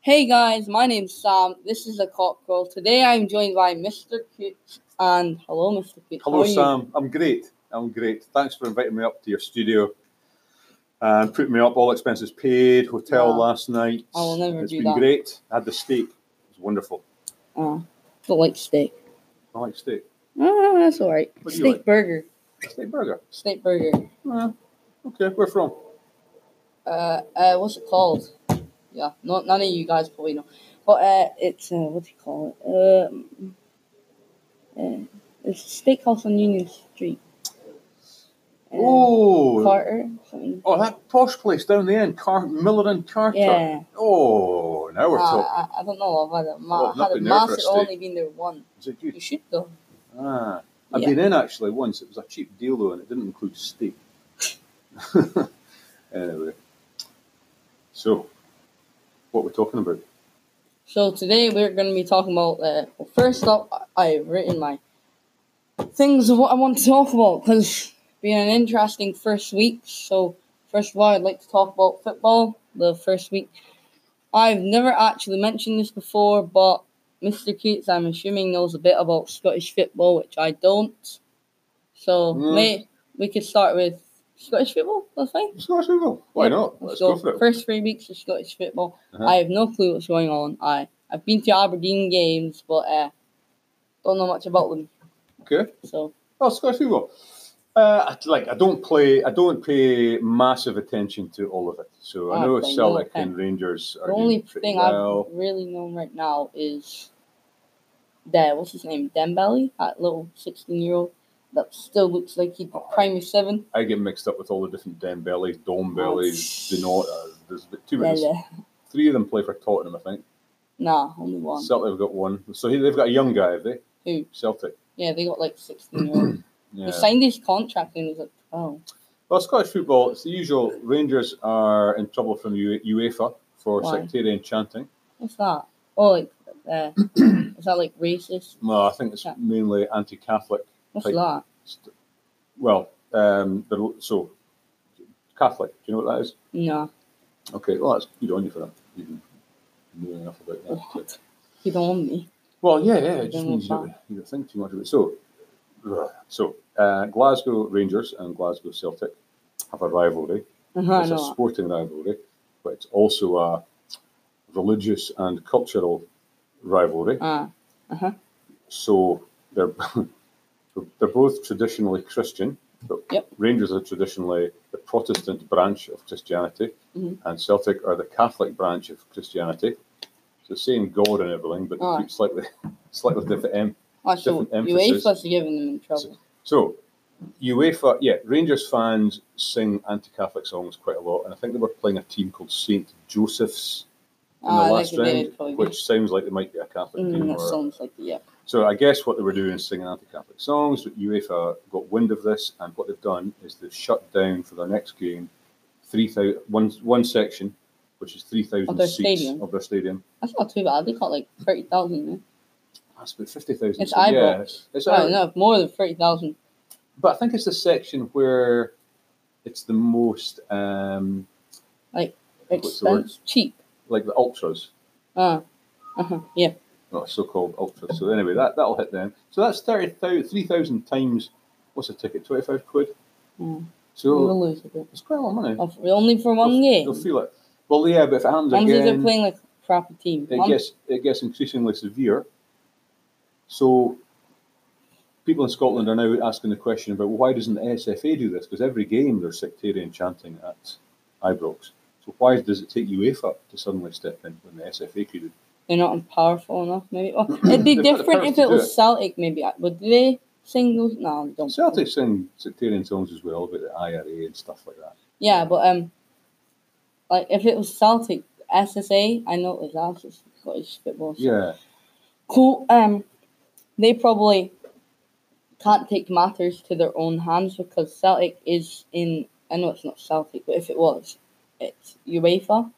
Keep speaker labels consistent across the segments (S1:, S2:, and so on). S1: Hey guys, my name's Sam. This is a cop call. Today I'm joined by Mr. Coots and hello, Mr. Coots. How
S2: Hello,
S1: are you?
S2: Sam. I'm great. I'm great. Thanks for inviting me up to your studio and putting me up. All expenses paid. Hotel
S1: Wow.
S2: last night.
S1: I will never
S2: It's
S1: do
S2: been
S1: that.
S2: great. I had the steak. It was wonderful.
S1: Uh, don't like steak.
S2: I like steak.
S1: Ah, that's all right.
S2: What do you
S1: steak
S2: like?
S1: burger.
S2: Steak burger.
S1: Steak burger.
S2: Ah, okay, where from?
S1: Uh, uh, what's it called? Yeah, not none of you guys probably know, but uh, it's uh, what do you call it? Um, uh, it's a steakhouse on Union Street. Uh,
S2: oh,
S1: Carter, something.
S2: oh, that posh place down the end, Car- Miller and Carter.
S1: Yeah.
S2: Oh, now we're
S1: Uh,
S2: talking.
S1: I, I don't know. I've had a,
S2: Oh,
S1: ma-
S2: I've not
S1: had a
S2: been there for a
S1: massive.
S2: steak.
S1: Only been there once.
S2: Is it good?
S1: You should though.
S2: Ah, I've
S1: Yeah.
S2: been in actually once. It was a cheap deal though, and it didn't include steak. anyway, so what we're talking about?
S1: So today we're going to be talking about. Uh, well, first up, I- I've written my things of what I want to talk about because been an interesting first week. So first of all, I'd like to talk about football. The first week, I've never actually mentioned this before, but Mr. Keats, I'm assuming, knows a bit about Scottish football, which I don't. So
S2: Hmm.
S1: may we could start with Scottish football. That's fine.
S2: Scottish football. Why
S1: Yep,
S2: not? Let's go for it.
S1: First three weeks of Scottish football.
S2: Uh-huh.
S1: I have no clue what's going on. I I've been to Aberdeen games, but uh, don't know much about them.
S2: Okay.
S1: So
S2: Oh, Scottish football. Uh, I- like I don't play, I don't pay massive attention to all of it. So I
S1: Ah,
S2: know
S1: okay, no
S2: Celtic
S1: offense.
S2: and Rangers are
S1: the only
S2: doing pretty
S1: thing
S2: well.
S1: I've really known right now is that what's his name Dembele, that little sixteen-year-old that still looks like he's primary seven.
S2: I get mixed up with all the different Dembele's, Dombele's,
S1: Oh.
S2: Denotas. There's two of
S1: Yeah,
S2: them.
S1: yeah.
S2: Three of them play for Tottenham, I think.
S1: Nah, only one.
S2: Celtic have got one. So he, they've got a young guy, have they?
S1: Who?
S2: Celtic.
S1: Yeah, they got like sixteen-year-old.
S2: Yeah.
S1: He signed his contract and he was like, oh,
S2: Well, Scottish football, it's the usual. Rangers are in trouble from U- E, UEFA for
S1: Why?
S2: sectarian chanting.
S1: what's that? Oh, like, uh, is that like racist?
S2: Well, I think it's
S1: Yeah.
S2: mainly anti-Catholic.
S1: What's
S2: Like-
S1: that?
S2: St- well, um, the, so Catholic. Do you know what that is?
S1: No.
S2: Okay, well, that's good on you for that. You know enough about that. to-
S1: What? You don't want me.
S2: Well, yeah, yeah, it
S1: Then
S2: just
S1: we'll
S2: means you don't, you don't think too much of it. So, ugh, so uh, Glasgow Rangers and Glasgow Celtic have a rivalry.
S1: Uh-huh, I
S2: it's a
S1: know.
S2: sporting rivalry, but it's also a religious and cultural rivalry.
S1: Uh,
S2: So they're they're both traditionally Christian. But
S1: Yep.
S2: Rangers are traditionally the Protestant branch of Christianity,
S1: Mhm.
S2: and Celtic are the Catholic branch of Christianity. It's the same God and everything, but
S1: Aye.
S2: slightly slightly different em-
S1: actually,
S2: different emphasis.
S1: UEFA's giving them in trouble.
S2: So, UEFA, yeah, Rangers fans sing anti Catholic songs quite a lot, and I think they were playing a team called St. Joseph's in
S1: Ah,
S2: the
S1: they
S2: last
S1: could be
S2: round,
S1: probably-
S2: which sounds like they might be a Catholic
S1: Mm,
S2: team.
S1: that
S2: or-
S1: sounds like, yeah.
S2: so, I guess what they were doing is singing anti Catholic songs, but UEFA got wind of this, and what they've done is they've shut down for their next game three thousand one one section, which is 3,000
S1: Of their
S2: seats
S1: stadium.
S2: of their stadium.
S1: That's not too bad. They got like 30,000. eh?
S2: That's about 50,000.
S1: It's
S2: so yeah,
S1: Ibrox.
S2: it's- it's
S1: Oh, no, more than 30,000.
S2: But I think it's the section where it's the most um, What's the word?
S1: Expense. Cheap.
S2: like the ultras,
S1: Uh, uh-huh, yeah.
S2: or Oh, so-called ultras. So anyway, that that'll hit them. So that's 30,000 3,000 times. What's a ticket? Twenty-five quid.
S1: Mm.
S2: So
S1: We'll lose a bit.
S2: it's quite a lot of money.
S1: Oh, f- only for one game.
S2: You'll feel it. Well, yeah, but if it happens
S1: Once they're
S2: again,
S1: playing like a crappy team.
S2: it
S1: One-
S2: gets it gets increasingly severe. So people in Scotland are now asking the question about well, why doesn't the SFA do this? Because every game there's sectarian chanting at Ibrox. So why does it take UEFA to suddenly step in when the SFA could?
S1: They're not powerful enough, maybe. Oh, it'd be
S2: They've got the
S1: different
S2: powers
S1: if
S2: to
S1: it
S2: do
S1: was
S2: it.
S1: Celtic, maybe. Would they sing those? No, they don't.
S2: Celtic sing sectarian songs as well about the IRA and stuff like that.
S1: Yeah, but um, like if it was Celtic SSA, I know it was Celtic Scottish football.
S2: Yeah,
S1: Cool. Um, they probably can't take matters to their own hands because Celtic is in. I know it's not Celtic, but if it was, it's UEFA.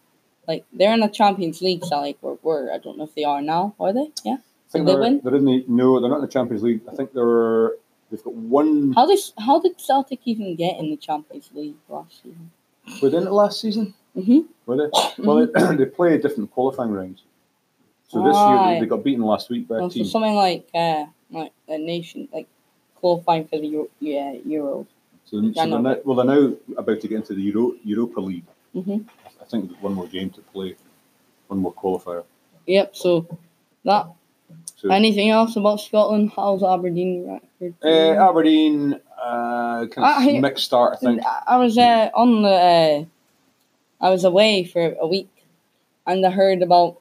S1: Like they're in the Champions League. Celtic were were. I don't know if they are now. Are they? Yeah.
S2: I
S1: Did
S2: think
S1: they
S2: they're,
S1: win?
S2: they're in the no, they're not in the Champions League. I think they're they've got one
S1: How did how did Celtic even get in the Champions League last season?
S2: within it last season.
S1: Mhm.
S2: Were they? Well, they, they play different qualifying rounds. So this year
S1: Aye.
S2: they- they got beaten last week by a
S1: Well, so
S2: team.
S1: something like uh, like a nation like qualifying for the Euro- yeah Euros.
S2: So, so they're
S1: Ghana.
S2: now, well, they're now about to get into the Euro, Europa League.
S1: Mhm.
S2: I think there's one more game to play, one more qualifier.
S1: Yep. So that
S2: So
S1: anything else about Scotland? How's Aberdeen? record?
S2: uh, Aberdeen, uh, kind of
S1: Ah, I hate-
S2: mixed start, I think.
S1: I I was uh, on the. Uh, I was away for a week, and I heard about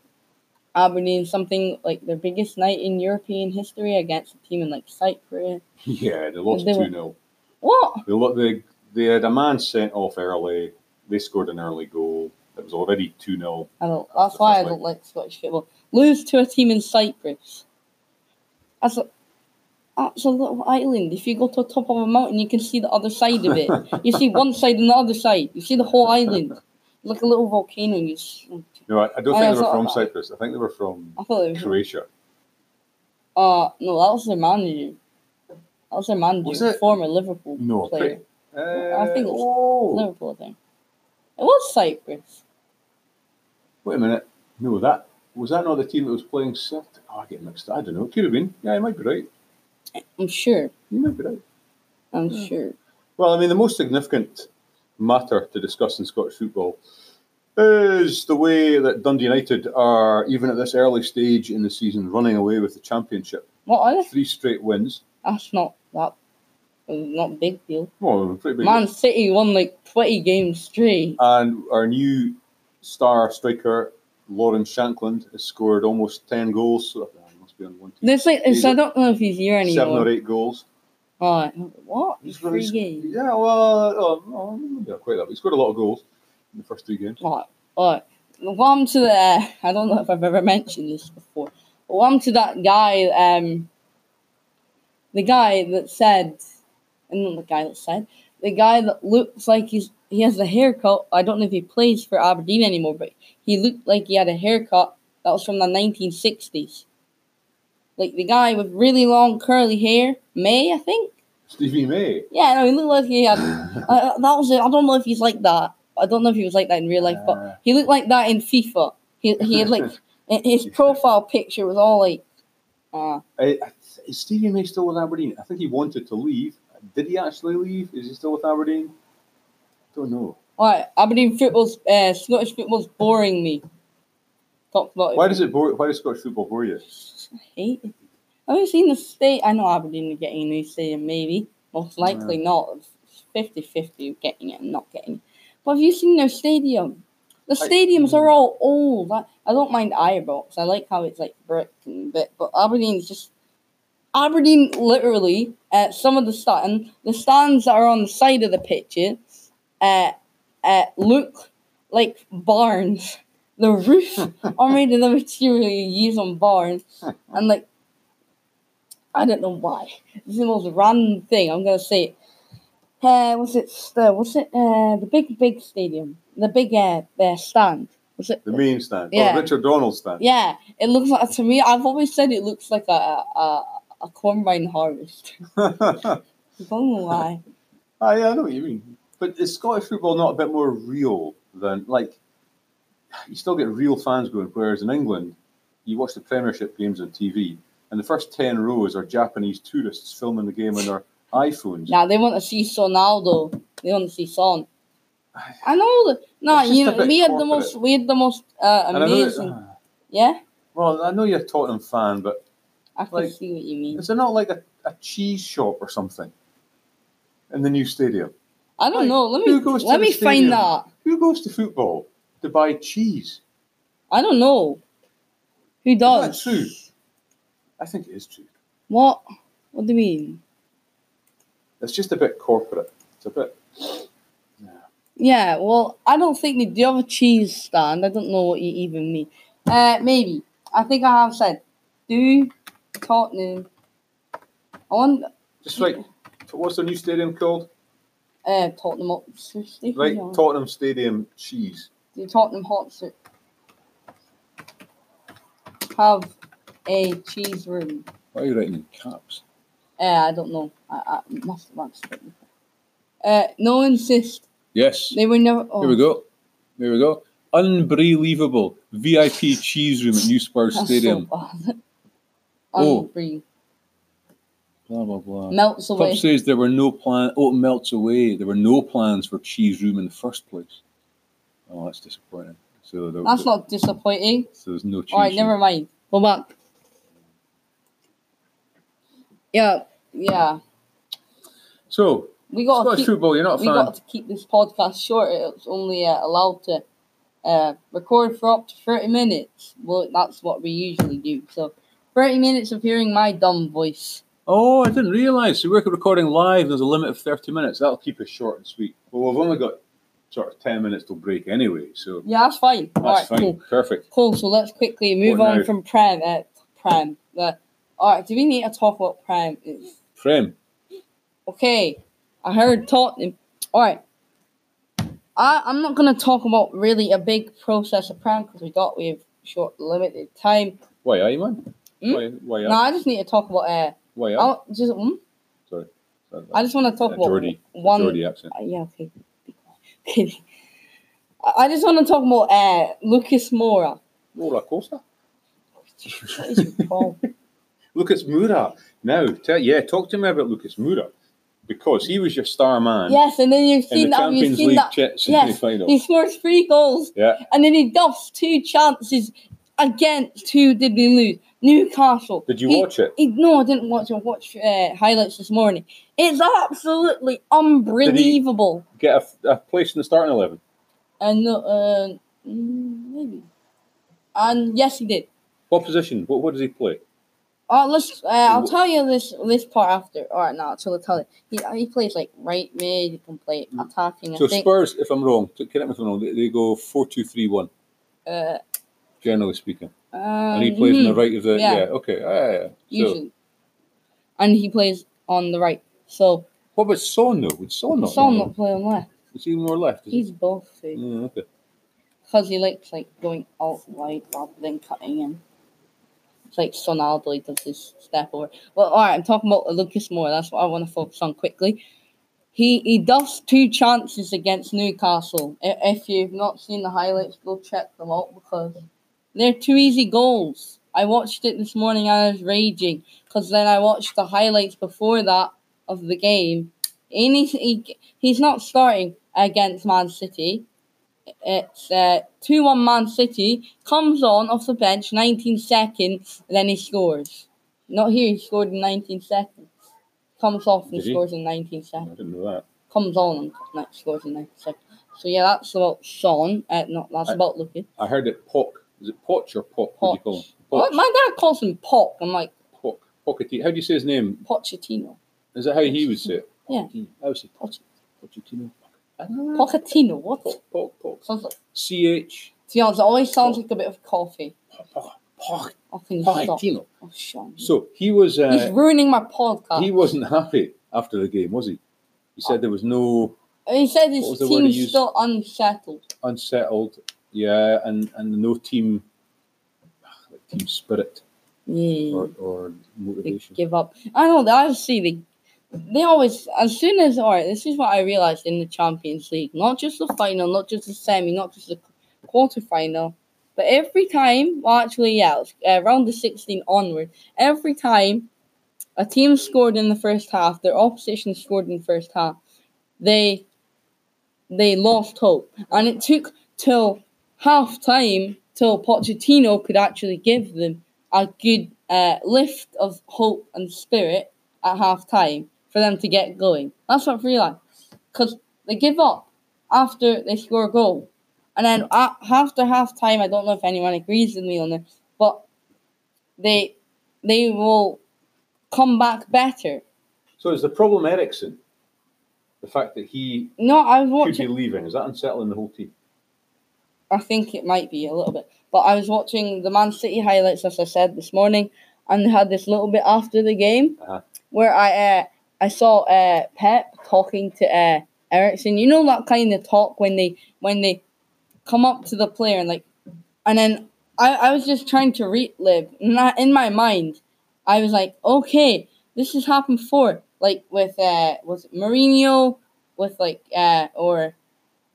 S1: Aberdeen something like their biggest night in European history against a team in like Cyprus.
S2: Yeah, they lost
S1: They were-
S2: 2 0.
S1: What?
S2: They, lo- they, they had a man uh, sent off early. They scored an early goal. It was already 2 0.
S1: I don't.
S2: That's
S1: That's why I
S2: like-
S1: don't like Scottish football. Lose to a team in Cyprus. That's a, that's a little island. If you go to the top of a mountain, you can see the other side of it. you see one side and the other side. You see the whole island. Like a little volcano. You. s-
S2: No, I, I don't
S1: Oh, I
S2: think they were
S1: thought
S2: from
S1: that.
S2: Cyprus. I think they were from
S1: I thought it was
S2: Croatia.
S1: Uh, no, that was their manager. That was their manager,
S2: Was it?
S1: former Liverpool
S2: No,
S1: player.
S2: Uh,
S1: I think it's-
S2: oh,
S1: Liverpool, I think. It was Cyprus.
S2: wait a minute. No, that was that not the team that was playing Celtic? Oh, I get mixed up. I don't know. Could have been. Yeah, you might be right.
S1: I'm sure.
S2: You might be right.
S1: I'm
S2: Yeah.
S1: sure.
S2: Well, I mean, the most significant matter to discuss in Scottish football is the way that Dundee United are, even at this early stage in the season, running away with the championship.
S1: What are they?
S2: Three straight wins.
S1: That's not that. it's Not a big deal.
S2: Well, pretty big.
S1: Man City won like 20 games straight.
S2: And our new star striker, Lauren Shankland, has scored almost 10 goals. So, uh, he must be on one team.
S1: There's like,
S2: he's
S1: so I don't know if he's here anymore.
S2: Seven or eight goals.
S1: Alright, what?
S2: He's really
S1: Three
S2: sc-
S1: games.
S2: Yeah, well, uh, oh, maybe not quite that. but He scored a lot of goals in the first three games.
S1: Alright, alright. Welcome to the. I don't know if I've ever mentioned this before. Welcome to that guy. Um, the guy that said, and not the guy that said, the guy that looks like he's he has a haircut. I don't know if he plays for Aberdeen anymore, but he looked like he had a haircut that was from the nineteen sixties. Like the guy with really long curly hair, May, I think.
S2: Stevie May.
S1: Yeah, no, he looked like he had. uh, that was it. I don't know if he's like that. I don't know if he was like that in real life, but
S2: Uh,
S1: he looked like that in FIFA. He, he had like i- his profile picture was all like, uh,
S2: I, I, is Stevie May still with Aberdeen? I think he wanted to leave. Did he actually leave? Is he still with Aberdeen? Don't know.
S1: alright, Aberdeen football's uh, Scottish football's boring me. Talk about it.
S2: Why does it bore? Why does Scottish football bore you?
S1: I hate it. I've only seen the state. I know Aberdeen are getting a new stadium, maybe. Most likely not. It's 50 50 getting it and not getting it. But have you seen their stadium? The
S2: I-
S1: stadiums are all old. I, I don't mind Ibrox. I like how it's like brick and bit, but Aberdeen's just. Aberdeen literally, uh, some of the stand, the stands that are on the side of the pitches, uh, uh, look like barns. The roof are made of the material you use on barns, and like I don't know why. This is the most random thing. I'm gonna say it. Uh, what's it? Uh, what's it? Uh, the big, big stadium, the big uh, uh, stand. What's it?
S2: The main stand.
S1: Yeah.
S2: Oh, Richard Donald stand.
S1: Yeah, it looks like to me. I've always said it looks like a a, a- a combine harvest.
S2: ah,
S1: I don't know why.
S2: yeah, I know what you mean. But is Scottish football not a bit more real than like? You still get real fans going. Whereas in England, you watch the Premiership games on TV, and the first ten rows are Japanese tourists filming the game on their iPhones.
S1: Now they want to see Sonaldo. They want to see Son. I know. that no,
S2: It's just
S1: you
S2: a
S1: know,
S2: bit
S1: we had the
S2: corporate.
S1: most. We had the most uh,
S2: And I know uh-huh. that-
S1: amazing. yeah,
S2: Well, I know you're a Tottenham fan, but
S1: I can
S2: Like-
S1: see what you mean.
S2: is there not like a, a cheese shop or something in the new stadium?
S1: I don't
S2: like,
S1: know. Let
S2: who
S1: me
S2: goes to
S1: let
S2: the
S1: me find
S2: stadium?
S1: that.
S2: Who goes to football to buy cheese?
S1: I don't know. Who does?
S2: Is that true? I think it is true.
S1: What? What do you mean?
S2: It's just a bit corporate. It's a bit.
S1: Yeah, well, I don't think they do have a cheese stand. I don't know what you even mean. Uh, maybe. I think I have said, do Tottenham. I want
S2: Just like, what's their new stadium called?
S1: uh, Tottenham Hotspur Stadium.
S2: Like Tottenham Stadium Cheese.
S1: do Tottenham Hotspur have a cheese room?
S2: Why are you writing in caps?
S1: Uh, I don't know. I, I must have answered it before. Uh, Eh, no insist.
S2: Yes.
S1: They were never. Oh,
S2: go. There we go. Unbelievable VIP cheese room at New Spurs
S1: That's
S2: Stadium.
S1: so bad.
S2: Oh.
S1: Unreal.
S2: blah blah blah.
S1: Melts
S2: Club
S1: away.
S2: says there were no plan. Oh, it melts away. There were no plans for cheese room in the first place. Oh, that's disappointing. So there,
S1: That's not disappointing.
S2: So there's no cheese.
S1: Alright,
S2: room.
S1: never mind. Go back. Yeah, yeah.
S2: So
S1: We got
S2: Scottish
S1: to keep,
S2: football, you're not a
S1: we
S2: fan.
S1: got to keep this podcast short. It's only uh, allowed to uh, record for up to thirty minutes. Well, that's what we usually do. So, thirty minutes of hearing my dumb voice.
S2: Oh, I didn't realise. So we're recording live. There's a limit of 30 minutes. That'll keep us short and sweet. Well, we've only got sort of 10 minutes till break anyway. So
S1: Yeah, that's fine.
S2: that's
S1: Alright,
S2: fine.
S1: cool.
S2: Perfect.
S1: Cool. So let's quickly move
S2: What
S1: on
S2: now?
S1: from Prem. Uh, Prem. The, all right. Do we need to talk about Prem? It's-
S2: Prem.
S1: okay. I heard Tottenham. All right. I I'm not gonna talk about really a big process of Prem because we got we have short limited time.
S2: Why are you, man?
S1: Hmm?
S2: Why, why are
S1: No, I just need to talk about uh.
S2: Why are
S1: I'll just mm,
S2: Sorry.
S1: I just want to talk
S2: Yeah,
S1: about
S2: Geordie.
S1: one.
S2: Geordie accent.
S1: Uh, yeah. Okay. Okay. I- I just want to talk about uh Lucas Mora.
S2: Laura Costa.
S1: What is your problem?
S2: Lucas Moura. Now, tell, yeah, talk to me about Lucas Moura because he was your star man
S1: yes, and then you've
S2: in
S1: seen
S2: the
S1: that. You've
S2: Champions
S1: seen
S2: League
S1: that.
S2: ch-
S1: yes,
S2: semi-final.
S1: He scores three goals
S2: Yeah,
S1: and then he duffs two chances against who did we lose? Newcastle.
S2: Did you
S1: He-
S2: watch it?
S1: he- no, I didn't watch it. I watched uh, highlights this morning. It's absolutely unbelievable.
S2: get a, a place in the starting eleven.
S1: And uh, mm, maybe. And yes, he did.
S2: What position? What, what does he play?
S1: Oh, let's. Uh, I'll
S2: Wh-
S1: tell you this this part after. All right, now so I'll tell you. He, uh, he plays like right mid. He can play attacking.
S2: Mm. So
S1: I think.
S2: Spurs, if I'm wrong, t- correct me if I'm wrong, they, they go four two three one,
S1: uh,
S2: generally speaking,
S1: um,
S2: and Uh, he plays on
S1: mhm.
S2: the right of the yeah.
S1: Yeah.
S2: okay, ah, yeah. So
S1: usually. And he plays on the right. So
S2: what about Son though? Would Son not?
S1: Son
S2: know?
S1: not playing left.
S2: Is he more left? Is he?
S1: He's both because
S2: Mm, okay.
S1: he likes like going out wide rather than cutting in. It's like Son Aldo he does his step over. Well, all right, I'm talking about Lucas Moore. That's what I want to focus on quickly. He he does two chances against Newcastle. I- If you've not seen the highlights, go check them out because they're two easy goals. I watched it this morning. I was raging because then I watched the highlights before that of the game. And he's, he, he's not starting against Man City. It's uh, 2 1 Man City, comes on off the bench, 19 seconds, and then he scores. Not here, he scored in 19 seconds. Comes off and
S2: Did he?
S1: scores in 19
S2: I
S1: seconds
S2: didn't know that.
S1: comes on and like, scores in 90 seconds. So yeah, that's about Sean. Uh, not that's
S2: I-
S1: about looking.
S2: I heard it. Pock. Is it Poch or Pock? What do you call him?
S1: Oh, my dad calls him Pop. I'm like
S2: Pock. Pochettino. How do you say his name?
S1: Pochettino.
S2: Is that how he would say it?
S1: Yeah.
S2: I would say Poch- Pochettino. Ah,
S1: Pochettino. What?
S2: Poch, Poch, Poch.
S1: Sounds like.
S2: C H.
S1: To be honest, it always sounds like a bit of coffee.
S2: Poch- Poch-
S1: I can stop.
S2: Pochettino.
S1: Oh, Sean.
S2: So he was.
S1: He's
S2: Uh,
S1: ruining my podcast.
S2: he wasn't happy after the game, was he? He said there was no
S1: He said
S2: What
S1: his
S2: was the word he
S1: team's
S2: used?
S1: still unsettled.
S2: unsettled. Yeah, and and no team. ah, like Team spirit
S1: Yeah.
S2: or, or
S1: They
S2: motivation.
S1: give up. I know. I see the. They always, as soon as, all right, this is what I realized in the Champions League. Not just the final, not just the semi, not just the quarterfinal, but every time, well, actually, yeah, it was, uh, round the 16 onward, every time a team scored in the first half, their opposition scored in the first half, they they lost hope. And it took till half time till Pochettino could actually give them a good uh, lift of hope and spirit at half time for them to get going. That's what I realised. Because they give up after they score a goal. And then a- after half time, I don't know if anyone agrees with me on this, but they they will come back better.
S2: So is the problem Ericsson? The fact that he
S1: No, I was
S2: could
S1: watching.
S2: be leaving is that unsettling the whole team?
S1: I think it might be a little bit. But I was watching the Man City highlights, as I said this morning, and they had this little bit after the game
S2: Uh-huh.
S1: where I uh, I saw uh, Pep talking to uh, Ericsson. You know that kind of talk when they when they come up to the player and like, and then I, I was just trying to relive and I- in my mind. I was like, okay, this has happened before, like with uh, was it Mourinho, with like uh, or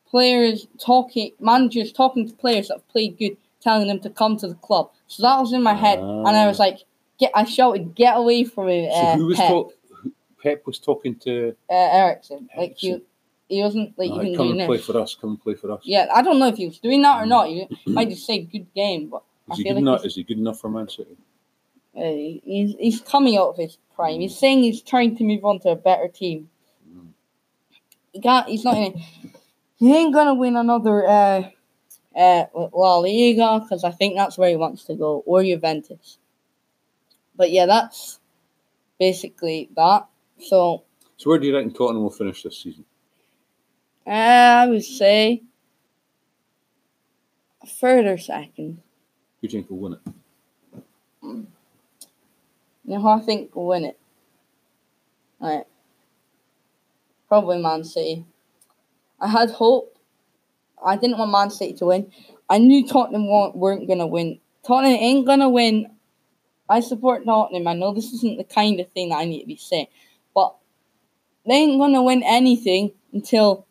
S1: players talking, managers talking to players that have played good, telling them to come to the club. So that was in my head, and I was like, "Get!" I shouted, "Get away from me!"
S2: Um, So
S1: Uh,
S2: who was
S1: Pep,
S2: talk- who- Pep was talking to
S1: uh, Ericsson. Like he,
S2: Ericsson.
S1: he wasn't like
S2: "Aye,
S1: even
S2: come
S1: doing
S2: and
S1: this.
S2: play for us, come and play for us.
S1: Yeah, I don't know if he was doing that or not. He might just say good game, but I
S2: Is he
S1: feel
S2: good
S1: like
S2: enough? Is he good enough for Man City?
S1: he's, uh, he's he's coming out of his prime. He's saying he's trying to move on to a better team.
S2: Mm.
S1: He can't. He's not. Gonna, he ain't gonna win another uh, uh, La Liga because I think that's where he wants to go or Juventus. But yeah, that's basically that. So
S2: So where do you reckon Tottenham will finish this season?
S1: uh, I would say further second.
S2: Who do you think will win it?
S1: You know who I think will win it? Right. Probably Man City. I had hope. I didn't want Man City to win. I knew Tottenham wa- weren't going to win. Tottenham ain't going to win. I support Tottenham. I know this isn't the kind of thing that I need to be saying, but they ain't going to win anything until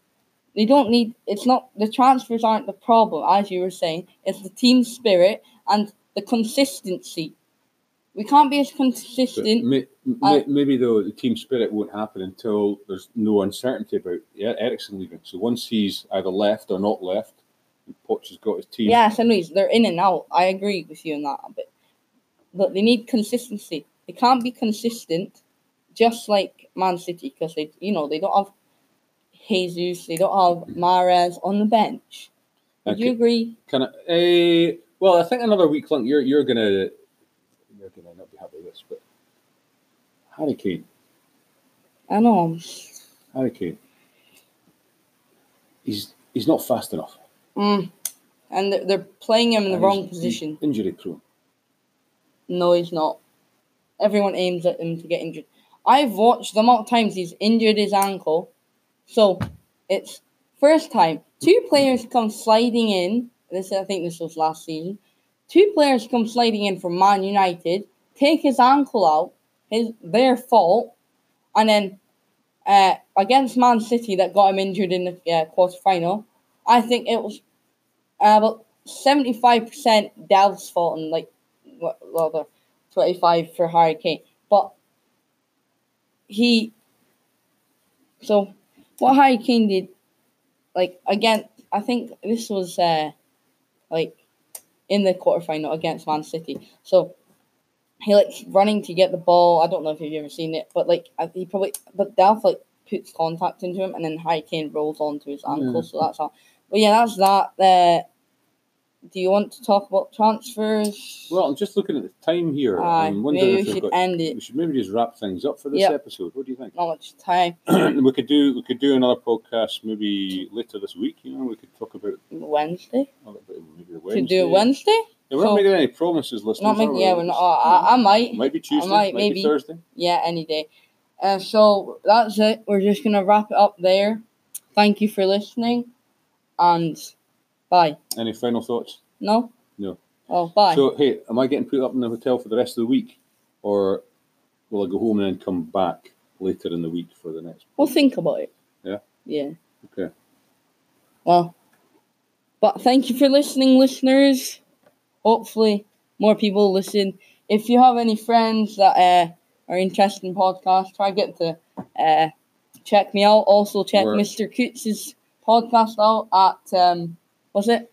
S1: they don't need. It's not. The transfers aren't the problem, as you were saying. It's the team spirit and the consistency. We can't be as
S2: But
S1: consistent
S2: may, may,
S1: I-
S2: maybe though the team spirit won't happen until there's no uncertainty about E, Ericsson leaving. So once he's either left or not left, and Poch has got his team.
S1: Yes, I know he's- they're in and out. I agree with you on that a bit. But they need consistency. They can't be consistent just like Man City because they you know, they don't have Jesus, they don't have Mares on the bench. Would
S2: Okay.
S1: you agree?
S2: Can I? Uh, well, I think another week long. You're you're gonna you're gonna not be happy with this, but Harry Kane,
S1: I know I'm
S2: Harry Kane, he's he's not fast enough.
S1: mm. and they're- they're playing him in the
S2: And
S1: wrong
S2: he's-
S1: position.
S2: he's injury prone.
S1: No, he's not. Everyone aims at him to get injured. I've watched the amount of times he's injured his ankle. So it's first time. Two players come sliding in. This I think this was last season. Two players come sliding in from Man United, take his ankle out, his their fault, and then uh, against Man City that got him injured in the uh, quarter final. I think it was uh, about seventy five percent Dal's fault and like what well, the twenty five for Harry Kane. But he so what Harry Kane did like again I think this was uh like in the quarterfinal against Man City. So he like running to get the ball. I don't know if you've ever seen it, but like I- he probably but Dalf like puts contact into him and then Harry Kane rolls onto his ankle. So that's how. But yeah, that's that. Uh, do you want to talk about transfers?
S2: Well, I'm just looking at the time here.
S1: Aye,
S2: I'm wondering
S1: Uh, maybe we
S2: if we've
S1: should
S2: got-
S1: end
S2: we
S1: it.
S2: should maybe just wrap things up for this
S1: Yep.
S2: episode. What do you think?
S1: Not much time.
S2: we could do we could do another podcast maybe later this week. You know, we could talk about
S1: Wednesday?
S2: a little bit of maybe the
S1: Wednesday.
S2: Wednesday.
S1: To do Wednesday?
S2: Yeah, we're not
S1: So-
S2: making any promises, listeners.
S1: Not
S2: are
S1: making.
S2: we?
S1: Yeah, we're not. oh, I, I might.
S2: Might be Tuesday.
S1: might,
S2: might be
S1: maybe.
S2: Thursday.
S1: Yeah, any day. Uh, so that's it. We're just gonna wrap it up there. Thank you for listening, and bye.
S2: Any final thoughts?
S1: No.
S2: No.
S1: Oh, bye.
S2: So, hey, am I getting put up in the hotel for the rest of the week, or will I go home and then come back later in the week for the next?
S1: we'll think about it.
S2: Yeah?
S1: Yeah.
S2: Okay.
S1: Well, but thank you for listening, listeners. Hopefully, more people listen. If you have any friends that uh, are interested in podcasts, try get to uh, check me out. Also, check
S2: We're-
S1: Mr. Coots' podcast out at um, what's it?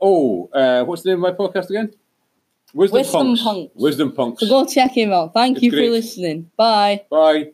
S2: Oh, uh, what's the name of my podcast again? Wisdom,
S1: Wisdom
S2: Punks.
S1: Punks.
S2: Wisdom Punks.
S1: So go check him out. Thank
S2: It's
S1: you for
S2: great.
S1: listening. Bye.
S2: Bye.